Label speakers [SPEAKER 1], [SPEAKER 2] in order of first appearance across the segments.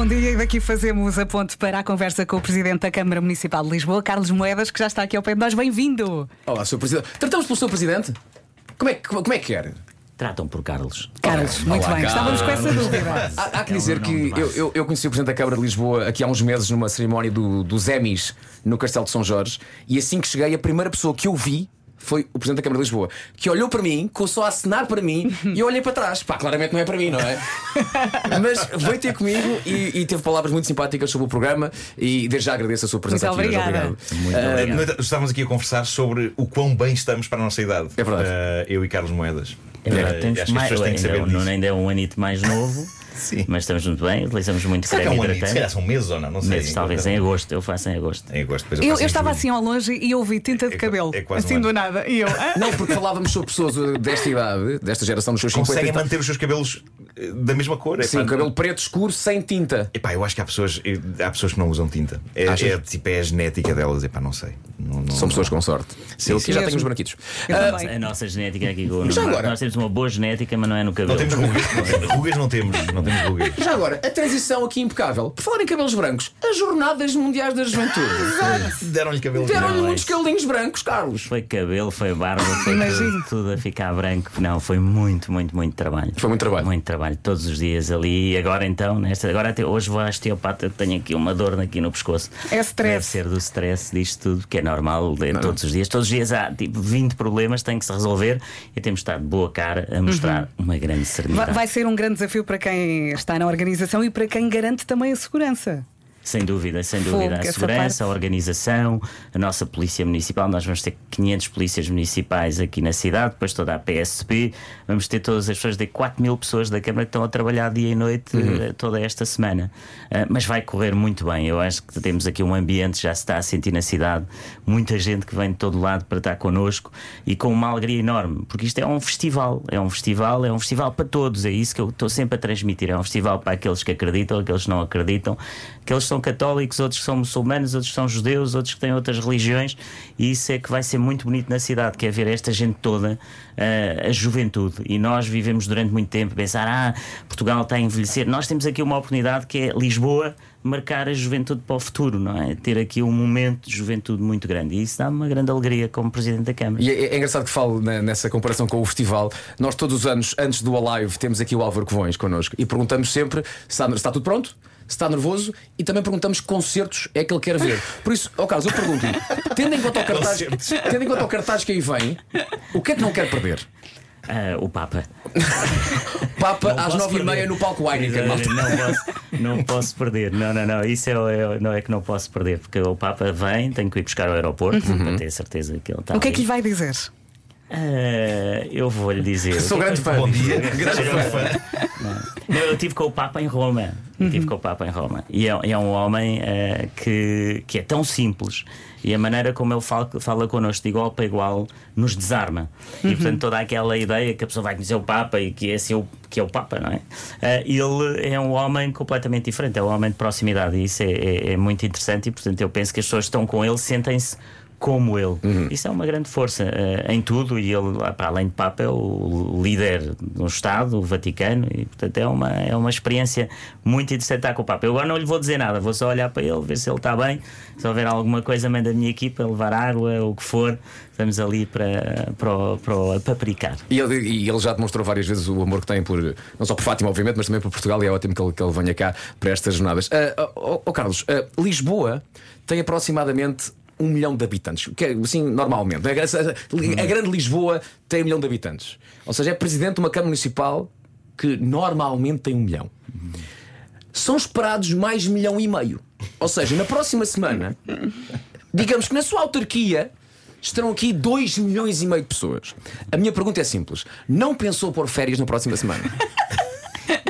[SPEAKER 1] E aqui fazemos a ponte para a conversa com o Presidente da Câmara Municipal de Lisboa, Carlos Moedas, que já está aqui ao pé de nós. Bem-vindo!
[SPEAKER 2] Olá, Sr. Presidente. Tratamos pelo Sr. Presidente? Como é, que- como, como é que quer?
[SPEAKER 3] Tratam por Carlos.
[SPEAKER 1] Carlos, muito bem, estávamos com essa dúvida.
[SPEAKER 2] Há, há que
[SPEAKER 3] É um
[SPEAKER 2] dizer
[SPEAKER 3] nome de
[SPEAKER 2] que
[SPEAKER 3] base.
[SPEAKER 2] eu, eu, eu conheci o Presidente da Câmara de Lisboa aqui há uns meses numa cerimónia do, dos Emmys no Castelo de São Jorge e assim que cheguei, a primeira pessoa que eu vi foi o Presidente da Câmara de Lisboa, que olhou para mim, começou a acenar para mim e eu olhei para trás. Pá, claramente não é para mim, não é? Mas veio ter comigo e, e teve palavras muito simpáticas sobre o programa e desde já agradeço a sua presença
[SPEAKER 1] Muito
[SPEAKER 2] aqui hoje.
[SPEAKER 1] obrigada.
[SPEAKER 3] Muito
[SPEAKER 4] Ah,
[SPEAKER 3] obrigado.
[SPEAKER 4] Nós Estávamos aqui a conversar sobre o quão bem estamos para a nossa idade.
[SPEAKER 2] É verdade.
[SPEAKER 4] Eh, eu e Carlos Moedas.
[SPEAKER 3] É verdade,
[SPEAKER 4] Eh,
[SPEAKER 3] temos
[SPEAKER 4] acho que as
[SPEAKER 3] mais,
[SPEAKER 4] pessoas têm que
[SPEAKER 3] ainda,
[SPEAKER 4] saber
[SPEAKER 3] o Nuno
[SPEAKER 4] disso.
[SPEAKER 3] ainda é um anito mais novo,
[SPEAKER 4] Sim.
[SPEAKER 3] mas estamos muito bem, utilizamos muito
[SPEAKER 4] Será que é
[SPEAKER 3] creme
[SPEAKER 4] um ano? Se calhar
[SPEAKER 3] hidratante.
[SPEAKER 4] são meses ou não, não sei.
[SPEAKER 3] Meses, talvez é. em agosto, eu faço em agosto.
[SPEAKER 4] Em agosto, depois
[SPEAKER 1] Eu,
[SPEAKER 4] faço
[SPEAKER 1] eu
[SPEAKER 4] em
[SPEAKER 1] estava
[SPEAKER 4] julho.
[SPEAKER 1] assim ao longe e ouvi tinta de
[SPEAKER 4] É- é
[SPEAKER 1] cabelo,
[SPEAKER 4] quase um
[SPEAKER 1] assim do
[SPEAKER 4] anjo.
[SPEAKER 1] nada. E eu, ah,
[SPEAKER 2] Não, porque falávamos sobre pessoas desta idade, desta geração, nos seus 50
[SPEAKER 4] Conseguem
[SPEAKER 2] e tal.
[SPEAKER 4] manter os seus cabelos eh, da mesma cor? É
[SPEAKER 2] Sim,
[SPEAKER 4] pá,
[SPEAKER 2] o cabelo preto escuro, sem tinta.
[SPEAKER 4] Epá, eu acho que há pessoas, eh, há pessoas que não usam tinta. É,
[SPEAKER 2] Achas?
[SPEAKER 4] é, tipo, é a genética delas, epá, não sei. Não, não-
[SPEAKER 2] São pessoas com sorte. eu aqui
[SPEAKER 4] sim. é assim.
[SPEAKER 2] já
[SPEAKER 1] Mesmo.
[SPEAKER 2] tenho os branquitos.
[SPEAKER 1] eu
[SPEAKER 2] Ah,
[SPEAKER 1] também.
[SPEAKER 3] A nossa genética aqui com o
[SPEAKER 2] Já
[SPEAKER 3] Nuno.
[SPEAKER 2] agora?
[SPEAKER 3] Nós temos uma boa genética, mas não é no cabelo.
[SPEAKER 4] não temos rugas. não temos- rugas não temos, não temos rugas.
[SPEAKER 2] já agora, a transição aqui impecável. Por falar em cabelos brancos, as Jornadas Mundiais da Juventude
[SPEAKER 4] Deram-lhe cabelo.
[SPEAKER 2] deram-lhe
[SPEAKER 3] Não, é
[SPEAKER 2] muitos
[SPEAKER 3] isso.
[SPEAKER 2] cabelinhos brancos, Carlos.
[SPEAKER 3] Foi cabelo, foi barba, foi
[SPEAKER 1] Imagino.
[SPEAKER 3] tudo, tudo a ficar branco. Não, foi muito, muito, muito trabalho.
[SPEAKER 2] Foi muito trabalho.
[SPEAKER 3] Muito trabalho, todos os dias ali. E agora então, nesta, agora até hoje vou à osteopata, tenho aqui uma dor aqui no pescoço.
[SPEAKER 1] É stress.
[SPEAKER 3] Deve ser do stress disto tudo, que é normal é todos os dias. Todos os dias há tipo 20 problemas, tem que se resolver e temos de estar de boa cara a mostrar uma grande
[SPEAKER 1] Uhum. vai,
[SPEAKER 3] serenidade.
[SPEAKER 1] vai ser um grande desafio para quem está na organização e para quem garante também a segurança.
[SPEAKER 3] Sem dúvida, sem
[SPEAKER 1] Fogo,
[SPEAKER 3] dúvida.
[SPEAKER 1] essa
[SPEAKER 3] a segurança, a
[SPEAKER 1] parte.
[SPEAKER 3] organização, a nossa Polícia Municipal. Nós vamos ter 500 polícias municipais aqui na cidade, depois toda a PSP. Vamos ter todas as pessoas, de 4 mil pessoas da Câmara que estão a trabalhar dia e noite
[SPEAKER 1] Uhum.
[SPEAKER 3] eh, toda esta semana. Ah, mas vai correr muito bem. Eu acho que temos aqui um ambiente, já se está a sentir na cidade, muita gente que vem de todo lado para estar connosco e com uma alegria enorme, porque isto é um festival. É um festival, é um festival para todos. É isso que eu estou sempre a transmitir. É um festival para aqueles que acreditam, aqueles que não acreditam, aqueles que são católicos, outros que são muçulmanos, outros que são judeus, outros que têm outras religiões, e isso é que vai ser muito bonito na cidade, que é ver esta gente toda, eh, a juventude. E nós vivemos durante muito tempo a pensar, ah, Portugal está a envelhecer. Nós temos aqui uma oportunidade que é Lisboa marcar a juventude para o futuro, não é? Ter aqui um momento de juventude muito grande. E isso dá-me uma grande alegria como Presidente da Câmara.
[SPEAKER 2] E é, é engraçado que falo na- nessa comparação com o festival. Nós, todos os anos, antes do Alive, temos aqui o Álvaro Covões connosco e perguntamos sempre se está, se está tudo pronto, se está nervoso e também perguntamos que concertos é que ele quer ver. Por isso, ao caso, eu pergunto-lhe, tendo em conta o cartaz-
[SPEAKER 4] Concertos.
[SPEAKER 2] tendo em conta o cartaz que aí vem, o que é que não quer perder?
[SPEAKER 3] Ah, o Papa.
[SPEAKER 4] É um
[SPEAKER 2] Papa
[SPEAKER 3] Não
[SPEAKER 2] às
[SPEAKER 3] posso
[SPEAKER 2] nove e
[SPEAKER 3] perder.
[SPEAKER 2] meia no palco Heineken. malta.
[SPEAKER 3] Não posso, não posso perder. Não, não, não. Isso é, é- não é que não posso perder, porque o Papa vem, tenho que ir buscar ao aeroporto
[SPEAKER 2] Uhum.
[SPEAKER 3] para ter certeza que ele está.
[SPEAKER 1] O que é
[SPEAKER 3] ali.
[SPEAKER 1] que lhe vai dizer?
[SPEAKER 3] Ah, eu vou lhe dizer.
[SPEAKER 2] Sou grande fã.
[SPEAKER 4] Bom dia.
[SPEAKER 2] Grande fã.
[SPEAKER 3] Não, eu estive com o Papa em Roma. Eu Tive com o Papa em Roma. E é, é um homem eh, que, que é tão simples. E a maneira como ele fala, fala connosco de igual para igual nos desarma. E portanto, toda aquela ideia que a pessoa vai conhecer o Papa e que é, seu, que é o Papa, não é? Eh, ele é um homem completamente diferente, é um homem de proximidade. E isso é, é- é muito interessante. E portanto, eu penso que as pessoas que estão com ele, sentem-se como ele. Isso é uma grande força eh, em tudo e ele, ah, para além de Papa, é o líder do Estado, o Vaticano, e portanto é uma, é uma experiência muito interessante estar com o Papa. Eu agora não lhe vou dizer nada, vou só olhar para ele, ver se ele está bem, se houver alguma coisa, manda a minha equipa levar água, ou o que for, estamos ali para, para, o- para, o papricar.
[SPEAKER 2] E ele, e ele já demonstrou várias vezes o amor que tem por, não só por Fátima, obviamente, mas também por Portugal, e é ótimo que ele, que ele venha cá para estas jornadas. Ah, oh, oh, oh, Carlos, ah, Lisboa tem aproximadamente um milhão de habitantes, que é assim, normalmente. A,
[SPEAKER 4] Uhum.
[SPEAKER 2] a- a grande Lisboa tem um milhão de habitantes. Ou seja, é presidente de uma Câmara Municipal que normalmente tem um milhão.
[SPEAKER 4] Uhum.
[SPEAKER 2] São esperados mais milhão e meio. Ou seja, na próxima semana, digamos que na sua autarquia estarão aqui 2 milhões e meio de pessoas. A minha pergunta é simples: não pensou pôr férias na próxima semana?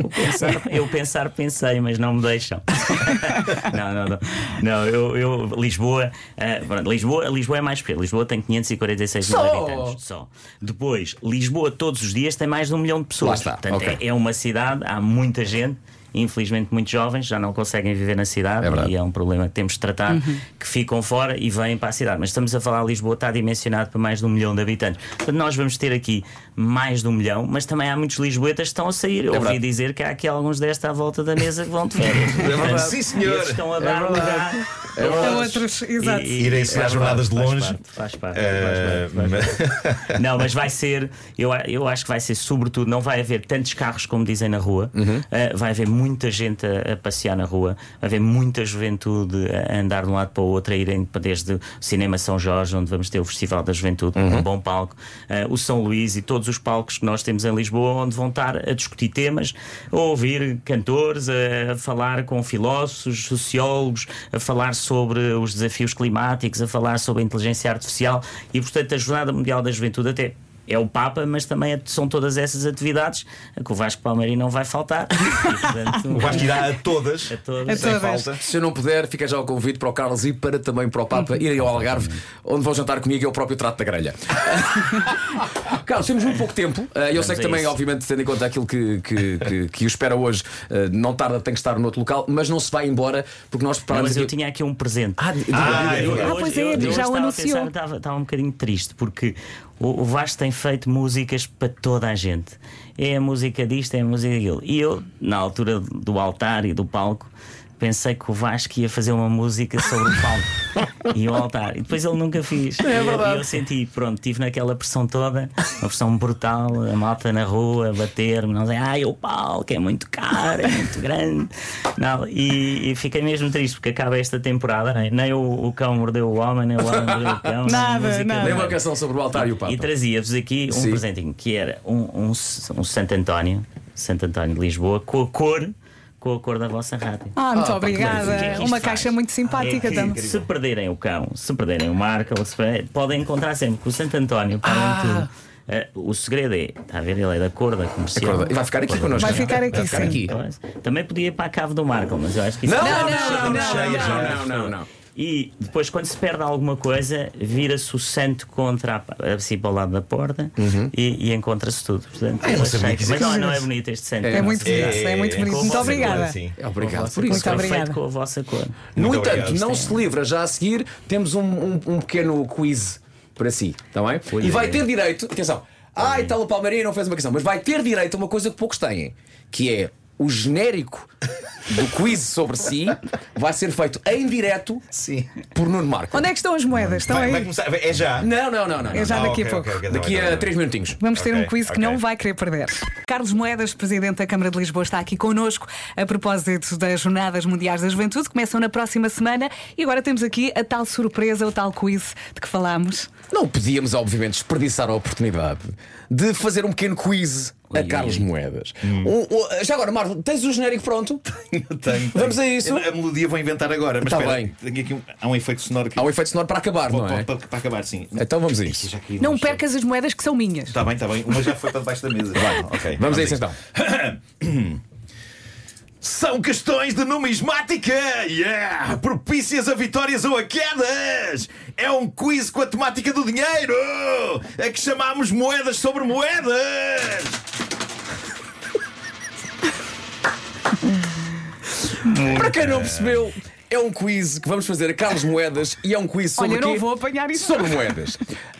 [SPEAKER 3] Eu pensar, eu pensar, pensei, mas não me deixam. não, não, não. Não, eu, eu- Lisboa, ah, pronto, Lisboa, Lisboa é mais pequena. Lisboa tem 546 mil
[SPEAKER 2] Só!
[SPEAKER 3] habitantes só. Depois, Lisboa todos os dias tem mais de um milhão de pessoas.
[SPEAKER 2] Lá está,
[SPEAKER 3] Portanto,
[SPEAKER 2] ok.
[SPEAKER 3] é, é uma cidade, há muita gente. infelizmente, muito jovens, já não conseguem viver na cidade
[SPEAKER 2] É verdade.
[SPEAKER 3] e é um problema que temos de tratar, que ficam fora e vêm para a cidade. Mas estamos a falar, Lisboa está dimensionado para mais de um milhão de habitantes. Portanto, nós vamos ter aqui mais de um milhão, mas também há muitos lisboetas que estão a sair. Eu
[SPEAKER 4] É
[SPEAKER 3] ouvi
[SPEAKER 2] verdade.
[SPEAKER 3] dizer que há aqui alguns desta à volta da mesa que vão de férias.
[SPEAKER 4] É verdade.
[SPEAKER 3] Portanto,
[SPEAKER 4] Sim, senhor. É
[SPEAKER 3] e esses Estão a dar um lugar.
[SPEAKER 1] A outros, exato.
[SPEAKER 3] É E- e-
[SPEAKER 4] Irem se às jornadas de
[SPEAKER 3] faz
[SPEAKER 4] longe.
[SPEAKER 3] parte, Faz parte, faz
[SPEAKER 4] Eh,
[SPEAKER 3] parte, faz parte. Não, mas vai ser, eu, a- eu acho que vai ser, sobretudo, não vai haver tantos carros como dizem na rua,
[SPEAKER 4] Uhum.
[SPEAKER 3] Eh, vai haver muita gente a, a passear na rua, vai haver muita juventude a andar de um lado para o outro, a irem para- desde o Cinema São Jorge, onde vamos ter o Festival da Juventude,
[SPEAKER 4] Uhum.
[SPEAKER 3] um bom palco, eh, o São Luís e todos os palcos que nós temos em Lisboa, onde vão estar a discutir temas, a ouvir cantores, a, a falar com filósofos, sociólogos, a falar sobre os desafios climáticos, a falar sobre a inteligência artificial e, portanto, a Jornada Mundial da Juventude até. É o Papa, mas também é- são todas essas atividades que o Vasco Palmeirinho não vai faltar. E, portanto,
[SPEAKER 4] O Vasco irá a todas,
[SPEAKER 3] A todas.
[SPEAKER 1] A
[SPEAKER 4] sem
[SPEAKER 1] todas.
[SPEAKER 4] falta.
[SPEAKER 2] Se eu não puder, fica já o convite para o Carlos e para também para o Papa irem ao Algarve, onde vão jantar comigo e eu próprio trato da grelha. Carlos, temos muito pouco tempo. Eh, Eu sei que
[SPEAKER 3] a
[SPEAKER 2] também,
[SPEAKER 3] isso.
[SPEAKER 2] obviamente, tendo em conta aquilo que, que, que, que o espera hoje, eh, não tarda, tem que estar noutro local, mas não se vai embora, porque nós
[SPEAKER 3] Não,
[SPEAKER 2] preparamos.
[SPEAKER 3] mas eu
[SPEAKER 2] aqui-
[SPEAKER 3] tinha aqui um presente.
[SPEAKER 2] Ah, diga,
[SPEAKER 4] Ah,
[SPEAKER 2] diga,
[SPEAKER 4] eu-
[SPEAKER 2] diga.
[SPEAKER 1] Ah, pois é, já o
[SPEAKER 3] estava a
[SPEAKER 1] anunciou.
[SPEAKER 3] pensar, Estava, estava um bocadinho triste porque o, o Vasco tem feito músicas para toda a gente. É a música disto, é a música daquilo. E eu, na altura do altar e do palco, pensei que o Vasco ia fazer uma música sobre o palco e o altar. E depois ele nunca fez. É verdade. E eu senti, pronto, tive naquela pressão toda, uma pressão brutal, a malta na rua, a bater-me, não sei, ai, o palco é muito caro, é muito grande. Não, e, e fiquei mesmo triste porque acaba esta temporada, né? nem o, o cão mordeu o homem, nem o homem mordeu o cão. nem a
[SPEAKER 1] Nada,
[SPEAKER 3] música
[SPEAKER 1] nada.
[SPEAKER 2] Lembra a canção sobre o altar e o Papa?
[SPEAKER 3] e trazia-vos aqui um
[SPEAKER 2] Sim.
[SPEAKER 3] presentinho que era um, um, S- um Santo António, Santo António de Lisboa, com a cor, com a cor da vossa rádio.
[SPEAKER 1] Ah, muito
[SPEAKER 2] Ah, pá,
[SPEAKER 1] obrigada.
[SPEAKER 3] Mas o que é que isto
[SPEAKER 1] Uma
[SPEAKER 3] faz?
[SPEAKER 1] caixa muito simpática
[SPEAKER 3] É que,
[SPEAKER 1] também.
[SPEAKER 3] Se perderem o cão, se perderem o Marco, ou se perderem- podem encontrar sempre com o Santo António para tudo. Ah, o segredo é, está a ver, ele é da cor da comercial.
[SPEAKER 2] Acorda. E vai ficar aqui connosco.
[SPEAKER 1] Vai
[SPEAKER 2] não é?
[SPEAKER 1] ficar aqui,
[SPEAKER 2] Vai ficar
[SPEAKER 1] sim.
[SPEAKER 2] aqui.
[SPEAKER 3] Eu acho- Também podia ir para a cave do Marco, mas eu acho que isso é
[SPEAKER 2] Não,
[SPEAKER 1] não, não,
[SPEAKER 2] não, não, não, não.
[SPEAKER 3] E depois, quando se perde alguma coisa, vira-se o santo contra a, pa- assim, para o lado da porta e, e encontra-se tudo. Portanto,
[SPEAKER 4] eu não sabia
[SPEAKER 3] achei-
[SPEAKER 4] que isso
[SPEAKER 3] mas não, não é
[SPEAKER 4] existia.
[SPEAKER 3] bonito este santo.
[SPEAKER 2] É,
[SPEAKER 1] É
[SPEAKER 3] Não,
[SPEAKER 1] muito
[SPEAKER 3] sim.
[SPEAKER 4] Ah,
[SPEAKER 1] bonito, é muito bonito.
[SPEAKER 3] com
[SPEAKER 1] Muito
[SPEAKER 3] você,
[SPEAKER 1] obrigada.
[SPEAKER 4] Sim.
[SPEAKER 2] Obrigado por
[SPEAKER 3] Foi
[SPEAKER 2] isso. é
[SPEAKER 1] Muito obrigada.
[SPEAKER 3] feito com a vossa cor.
[SPEAKER 2] No
[SPEAKER 4] Muito
[SPEAKER 2] entanto,
[SPEAKER 4] obrigado.
[SPEAKER 2] não se livra já a seguir, temos um, um, um pequeno quiz para si, está bem? e vai ter direito, atenção, ai, tal o Palmeirinho não fez uma questão, mas vai ter direito a uma coisa que poucos têm, que é o genérico do quiz sobre si vai ser feito em direto
[SPEAKER 4] Sim.
[SPEAKER 2] por Nuno Marco.
[SPEAKER 1] Onde é que estão as moedas? Estão
[SPEAKER 4] Vai, vai
[SPEAKER 1] aí.
[SPEAKER 4] começar. vai- É já.
[SPEAKER 2] Não, não, não, não.
[SPEAKER 1] É já
[SPEAKER 4] Ah,
[SPEAKER 1] daqui
[SPEAKER 4] ok,
[SPEAKER 1] a pouco.
[SPEAKER 4] ok, ok, tá
[SPEAKER 2] Daqui
[SPEAKER 4] bem, tá
[SPEAKER 2] a
[SPEAKER 4] bem,
[SPEAKER 2] 3 minutinhos.
[SPEAKER 1] Vamos ter
[SPEAKER 4] Ok,
[SPEAKER 1] um quiz que
[SPEAKER 4] ok.
[SPEAKER 1] não vai querer perder. Carlos Moedas, Presidente da Câmara de Lisboa, está aqui connosco a propósito das Jornadas Mundiais da Juventude. Começam na próxima semana e agora temos aqui a tal surpresa, o tal quiz de que falámos.
[SPEAKER 2] Não podíamos, obviamente, desperdiçar a oportunidade de fazer um pequeno quiz a Carlos Moedas. Um- um- já agora, Marco, tens o genérico pronto?
[SPEAKER 4] Eu tenho,
[SPEAKER 2] Vamos
[SPEAKER 4] tenho.
[SPEAKER 2] a isso?
[SPEAKER 4] Eu- A melodia vou inventar agora, mas
[SPEAKER 2] Tá
[SPEAKER 4] espera,
[SPEAKER 2] bem.
[SPEAKER 4] tenho aqui um- há um efeito sonoro que
[SPEAKER 2] Há um efeito sonoro para acabar, não
[SPEAKER 4] para,
[SPEAKER 2] é?
[SPEAKER 4] para- para acabar, sim.
[SPEAKER 2] Então vamos a isso.
[SPEAKER 1] Não percas as moedas que são minhas.
[SPEAKER 4] Está Tá bem, está bem. Uma já foi para debaixo da mesa. Vai, ok.
[SPEAKER 2] Vamos a isso então.
[SPEAKER 4] São questões de numismática! Yeah! Propícias a vitórias ou a quedas! É um quiz com a temática do dinheiro! A que chamamos moedas sobre moedas!
[SPEAKER 2] Para quem não percebeu, é um quiz que vamos fazer a Carlos Moedas e é um quiz sobre
[SPEAKER 1] Olha, eu não
[SPEAKER 2] quê?
[SPEAKER 1] vou apanhar isso.
[SPEAKER 2] Sobre moedas.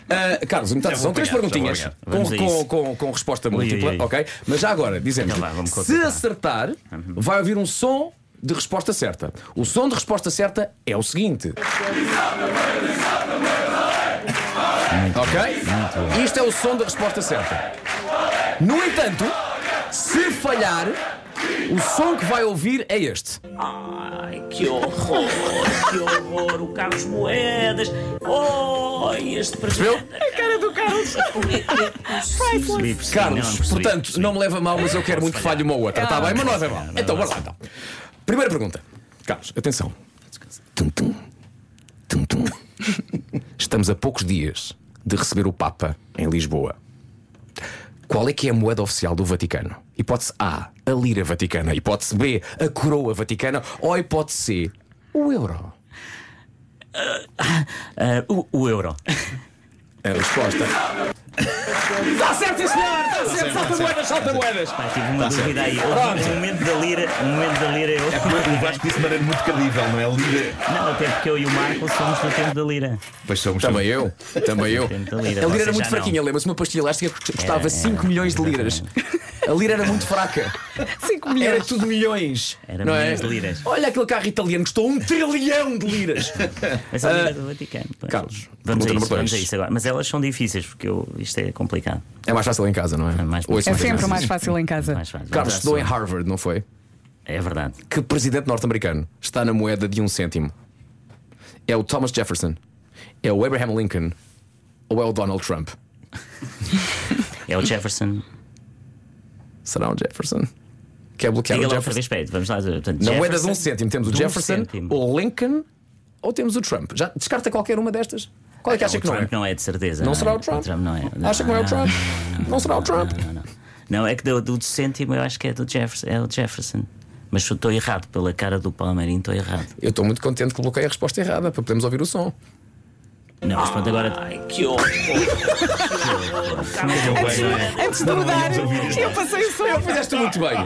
[SPEAKER 2] Ah, Carlos, então,
[SPEAKER 4] Já vou
[SPEAKER 2] são três
[SPEAKER 4] apanhar,
[SPEAKER 2] perguntinhas
[SPEAKER 4] já vou
[SPEAKER 2] com,
[SPEAKER 4] apanhar.
[SPEAKER 3] Vamos a
[SPEAKER 2] com,
[SPEAKER 3] isso.
[SPEAKER 2] com- com resposta múltipla,
[SPEAKER 3] ui, ui.
[SPEAKER 2] ok? Mas já agora, dizemos:
[SPEAKER 3] Então vá, Uhum. vamos
[SPEAKER 2] se
[SPEAKER 3] concentrar.
[SPEAKER 2] acertar, vai ouvir um som de resposta certa. O som de resposta certa é o seguinte. Ok? Isto é o som da resposta certa. No entanto, se falhar, o som que vai ouvir é este.
[SPEAKER 3] Ai, que horror, que horror, o Carlos Moedas. Oh, este presente. A cara do Carlos.
[SPEAKER 2] Carlos, portanto, não me leva a mal, mas eu quero muito que falhe uma ou outra. Está bem, mas Ah. não leva a mal. Então, bora lá então. Primeira pergunta. Carlos, atenção. Tum, tum. Tum, tum. Estamos a poucos dias de receber o Papa em Lisboa. Qual é que é a moeda oficial do Vaticano? Hipótese A, a lira vaticana. Hipótese B, a coroa vaticana. Ou hipótese C, o euro.
[SPEAKER 3] Ah, o, o euro.
[SPEAKER 2] A resposta.
[SPEAKER 3] Tá
[SPEAKER 2] Está certo, sim, senhor! Está
[SPEAKER 1] Tá
[SPEAKER 2] certo! Salta moedas, salta moedas!
[SPEAKER 3] Pá, tive uma dúvida aí. Houve um momento da lira, um momento da lira eu.
[SPEAKER 4] O Vasco disse de maneira muito credível, não é? Lira.
[SPEAKER 3] Não, até porque eu e o Marco somos do tempo da lira.
[SPEAKER 4] Pois somos
[SPEAKER 2] Também eu, também eu.
[SPEAKER 3] Tenta
[SPEAKER 2] A
[SPEAKER 3] lira,
[SPEAKER 2] lira
[SPEAKER 3] vocês
[SPEAKER 2] era muito
[SPEAKER 3] já
[SPEAKER 2] fraquinha,
[SPEAKER 3] não.
[SPEAKER 2] lembra-se? Uma pastilha elástica que custava
[SPEAKER 3] Era,
[SPEAKER 2] 5
[SPEAKER 3] era,
[SPEAKER 2] milhões de liras. A lira era muito fraca.
[SPEAKER 1] 5
[SPEAKER 2] Era
[SPEAKER 1] milhões.
[SPEAKER 2] tudo milhões.
[SPEAKER 3] Era
[SPEAKER 2] não
[SPEAKER 3] milhões
[SPEAKER 2] é?
[SPEAKER 3] de liras.
[SPEAKER 2] Olha aquele carro italiano, custou um trilhão de liras.
[SPEAKER 3] Mas é a lira do Vaticano.
[SPEAKER 2] Ah,
[SPEAKER 3] pois.
[SPEAKER 2] Carlos,
[SPEAKER 3] vamos
[SPEAKER 2] pergunta
[SPEAKER 3] a, isso,
[SPEAKER 2] número dois.
[SPEAKER 3] vamos a isso agora. Mas elas são difíceis porque eu, isto é complicado.
[SPEAKER 2] É mais fácil em casa, não é?
[SPEAKER 3] mais
[SPEAKER 2] Ou
[SPEAKER 3] fácil.
[SPEAKER 1] É
[SPEAKER 2] mais
[SPEAKER 1] sempre
[SPEAKER 2] fácil.
[SPEAKER 1] mais fácil em casa.
[SPEAKER 3] Mais fácil.
[SPEAKER 2] Tá. Carlos
[SPEAKER 3] Vamos
[SPEAKER 2] estudou
[SPEAKER 3] à
[SPEAKER 2] em Harvard, não foi?
[SPEAKER 3] segunda. É verdade.
[SPEAKER 2] Que presidente norte-americano está na moeda de um cêntimo? É o Thomas Jefferson? É o Abraham Lincoln? Ou é o Donald Trump?
[SPEAKER 3] É o Jefferson.
[SPEAKER 2] Será o Jefferson? Quer bloquear
[SPEAKER 3] Diga
[SPEAKER 2] o
[SPEAKER 3] lá outra
[SPEAKER 2] Jefferson?
[SPEAKER 3] vez, espera, vamos lá. Portanto,
[SPEAKER 2] Na
[SPEAKER 3] Jefferson-
[SPEAKER 2] moeda de um cêntimo temos o
[SPEAKER 3] de um
[SPEAKER 2] Jefferson,
[SPEAKER 3] cêntimo.
[SPEAKER 2] o Lincoln ou temos o Trump? Já descarta qualquer uma destas? Qual é que acha
[SPEAKER 3] o
[SPEAKER 2] que não é?
[SPEAKER 3] Trump não é de certeza.
[SPEAKER 2] Não
[SPEAKER 3] é?
[SPEAKER 2] será o Trump?
[SPEAKER 3] não é.
[SPEAKER 2] Acha que não é o Trump? Não será o Trump?
[SPEAKER 3] Não, não, não. Não, é que do, do cêntimo eu acho que é do Jefferson. É o Jefferson. Mas estou errado, pela cara do Palmeirinho estou errado.
[SPEAKER 2] Eu estou muito contente que bloqueei a resposta errada para podermos ouvir o som.
[SPEAKER 3] Não, mas pronto, agora.
[SPEAKER 5] Que horror!
[SPEAKER 1] Antes,
[SPEAKER 3] é.
[SPEAKER 1] antes de mudar, eu passei o
[SPEAKER 2] Eu
[SPEAKER 1] som.
[SPEAKER 2] fizeste muito bem.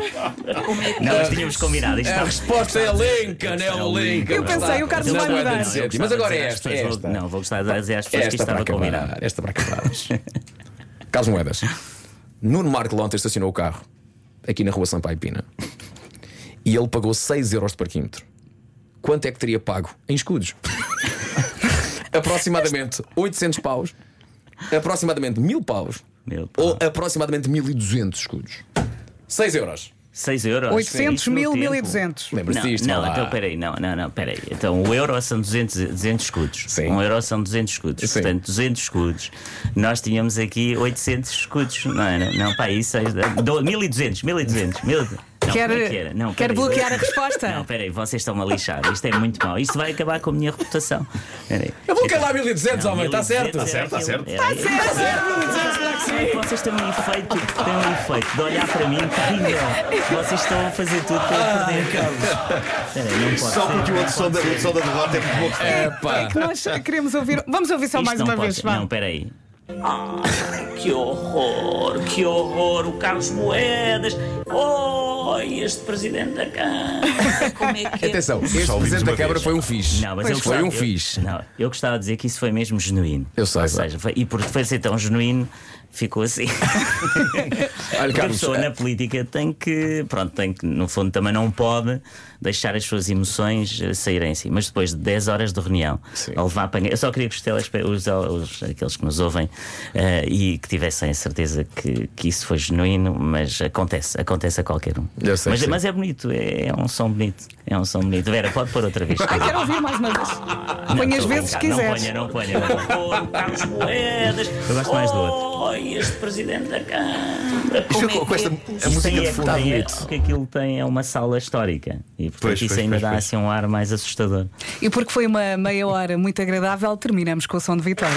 [SPEAKER 3] Não, nós tínhamos combinado. Isto
[SPEAKER 2] A
[SPEAKER 3] estava-
[SPEAKER 2] resposta é Lincoln, é o Lincoln.
[SPEAKER 1] Eu pensei, o Carlos
[SPEAKER 2] Na
[SPEAKER 1] vai
[SPEAKER 2] moeda
[SPEAKER 1] mudar.
[SPEAKER 2] de um
[SPEAKER 3] é Eu
[SPEAKER 2] cêntimo.
[SPEAKER 3] gostava
[SPEAKER 2] Mas
[SPEAKER 3] de
[SPEAKER 2] agora
[SPEAKER 3] dizer
[SPEAKER 2] é
[SPEAKER 3] às
[SPEAKER 2] esta.
[SPEAKER 3] pessoas,
[SPEAKER 2] é
[SPEAKER 3] vou-
[SPEAKER 2] esta.
[SPEAKER 3] Não, vou gostar de dizer às pessoas que
[SPEAKER 2] Esta
[SPEAKER 3] isto
[SPEAKER 2] para
[SPEAKER 3] estava combinado.
[SPEAKER 2] acabar, esta para acabar. Carlos Moedas. Nuno Marco ontem estacionou o carro aqui na rua Sampaio Pina e ele pagou 6 euros de parquímetro. Quanto é que teria pago em escudos? aproximadamente 800 paus, aproximadamente 1000 paus
[SPEAKER 3] Meu pau.
[SPEAKER 2] ou aproximadamente 1200 escudos. 6 euros.
[SPEAKER 3] 6 euros.
[SPEAKER 1] 800
[SPEAKER 3] Isso no
[SPEAKER 1] mil,
[SPEAKER 3] tempo.
[SPEAKER 1] 1200.
[SPEAKER 2] Lembra-se
[SPEAKER 3] Não,
[SPEAKER 2] disto?
[SPEAKER 3] não,
[SPEAKER 2] vá lá.
[SPEAKER 3] então peraí, não, não, não, peraí. Então o euro são 200, 200 escudos.
[SPEAKER 2] Sim.
[SPEAKER 3] Um euro são 200 escudos.
[SPEAKER 2] Sim.
[SPEAKER 3] Portanto, 200 escudos. Nós tínhamos aqui 800 escudos. Não, não, não pá, isso é. do- 1200, 1200, 1200. Não,
[SPEAKER 1] Quer,
[SPEAKER 3] como é que era? Não,
[SPEAKER 1] quer
[SPEAKER 3] peraí.
[SPEAKER 1] bloquear a
[SPEAKER 3] Não,
[SPEAKER 1] resposta?
[SPEAKER 3] peraí, vocês estão-me a lixar. Isto é muito mau. Isto vai acabar com a minha reputação. Peraí.
[SPEAKER 2] Eu vou calar
[SPEAKER 3] Então,
[SPEAKER 2] 1200, homem, está certo?
[SPEAKER 3] Está
[SPEAKER 4] certo, tá certo.
[SPEAKER 3] Está Vocês têm um efeito, têm um efeito de olhar para mim terrível. Vocês estão a fazer tudo
[SPEAKER 1] Ah.
[SPEAKER 3] para eu perder. Peraí, não pode
[SPEAKER 4] Só
[SPEAKER 3] ser.
[SPEAKER 4] porque o outro som da, o som da derrota é muito
[SPEAKER 3] tá
[SPEAKER 4] bom.
[SPEAKER 2] Epá.
[SPEAKER 1] É Nós queremos ouvir. Vamos ouvir só
[SPEAKER 3] Isto
[SPEAKER 1] mais
[SPEAKER 3] não
[SPEAKER 1] uma
[SPEAKER 3] pode.
[SPEAKER 1] vez. vá.
[SPEAKER 3] Não, peraí.
[SPEAKER 5] Que horror! Que horror! O Carlos Moedas! Oh, este presidente da Câmara! Como é que é?
[SPEAKER 2] Atenção, este
[SPEAKER 4] ouvimos
[SPEAKER 2] presidente da
[SPEAKER 4] uma
[SPEAKER 2] Câmara
[SPEAKER 4] vez.
[SPEAKER 2] foi um fixe.
[SPEAKER 3] Não, mas eu
[SPEAKER 2] foi
[SPEAKER 3] gostava-
[SPEAKER 2] um
[SPEAKER 3] eu-
[SPEAKER 2] fixe.
[SPEAKER 3] Não, eu gostava de dizer que isso foi mesmo genuíno.
[SPEAKER 2] Eu sei,
[SPEAKER 3] Ou
[SPEAKER 2] claro.
[SPEAKER 3] seja, foi- e por foi ser tão genuíno, ficou assim.
[SPEAKER 2] Olha,
[SPEAKER 3] Porque a
[SPEAKER 2] Carlos, é.
[SPEAKER 3] pessoa na política tem que, pronto, tem que, no fundo, também não pode deixar as suas emoções eh, saírem assim. Mas depois de 10 horas de reunião,
[SPEAKER 2] Sim.
[SPEAKER 3] a levar apanha. Eu só queria que os, telespe... os, os- aqueles que nos ouvem eh, e que tivessem a certeza que, que isso foi genuíno, mas acontece, acontece a qualquer um.
[SPEAKER 2] Eu sei,
[SPEAKER 3] mas,
[SPEAKER 2] sim.
[SPEAKER 3] mas é bonito, é, é um som bonito. É um som bonito. Vera, pode pôr outra vez.
[SPEAKER 1] Ai, quero ouvir mais uma vez. Põe as vezes que
[SPEAKER 3] Ah, Não
[SPEAKER 1] quiseres.
[SPEAKER 3] ponha, não ponha. não
[SPEAKER 5] Que
[SPEAKER 3] ponha.
[SPEAKER 5] horror! O Carlos Moedas!
[SPEAKER 3] Eu gosto mais do
[SPEAKER 5] Oh, este presidente da Câmara! Como é
[SPEAKER 4] com- com
[SPEAKER 5] que
[SPEAKER 4] esta-
[SPEAKER 5] é
[SPEAKER 4] a música
[SPEAKER 3] Sim,
[SPEAKER 4] de
[SPEAKER 3] é que
[SPEAKER 4] fundo.
[SPEAKER 3] tem- é-
[SPEAKER 2] bonito.
[SPEAKER 3] Porque aquilo tem é uma sala histórica e portanto
[SPEAKER 4] Pois,
[SPEAKER 3] isso
[SPEAKER 4] pois,
[SPEAKER 3] ainda
[SPEAKER 4] pois,
[SPEAKER 3] dá
[SPEAKER 4] pois.
[SPEAKER 3] assim um ar mais assustador.
[SPEAKER 1] E porque foi uma meia hora muito agradável, terminamos com o som de vitória.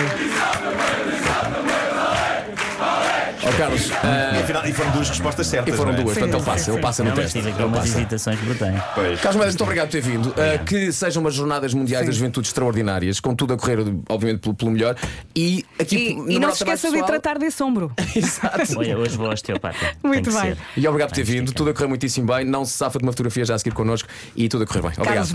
[SPEAKER 2] ó Carlos, ah,
[SPEAKER 4] E, afinal, e foram duas respostas certas.
[SPEAKER 2] e foram
[SPEAKER 4] não é?
[SPEAKER 2] duas,
[SPEAKER 1] Sim,
[SPEAKER 2] portanto ele
[SPEAKER 1] sim,
[SPEAKER 2] passa,
[SPEAKER 1] sim.
[SPEAKER 2] ele passa no
[SPEAKER 3] não, mas
[SPEAKER 2] teste.
[SPEAKER 3] tive aqui
[SPEAKER 2] Ele
[SPEAKER 3] umas
[SPEAKER 2] passa.
[SPEAKER 3] hesitações brutais.
[SPEAKER 4] Pois.
[SPEAKER 2] Carlos Moedas, muito obrigado por ter vindo. Ah, que sejam umas jornadas mundiais da juventude extraordinárias, com tudo a correr, obviamente, pelo, pelo melhor. E aqui
[SPEAKER 1] E,
[SPEAKER 2] no
[SPEAKER 1] e não
[SPEAKER 2] Moral
[SPEAKER 1] se esqueça
[SPEAKER 2] Trabalho
[SPEAKER 1] de tratar desse ombro.
[SPEAKER 2] Pessoal- Exato.
[SPEAKER 3] Olha, hoje vou ao osteopata.
[SPEAKER 1] Muito
[SPEAKER 3] Tem que
[SPEAKER 1] bem.
[SPEAKER 3] ser.
[SPEAKER 2] E obrigado por ter
[SPEAKER 3] Vamos
[SPEAKER 2] vindo,
[SPEAKER 3] ficar.
[SPEAKER 2] tudo a correr muitíssimo bem. Não se safa de uma fotografia já a seguir connosco e tudo a correr bem. Obrigado.
[SPEAKER 1] Carlos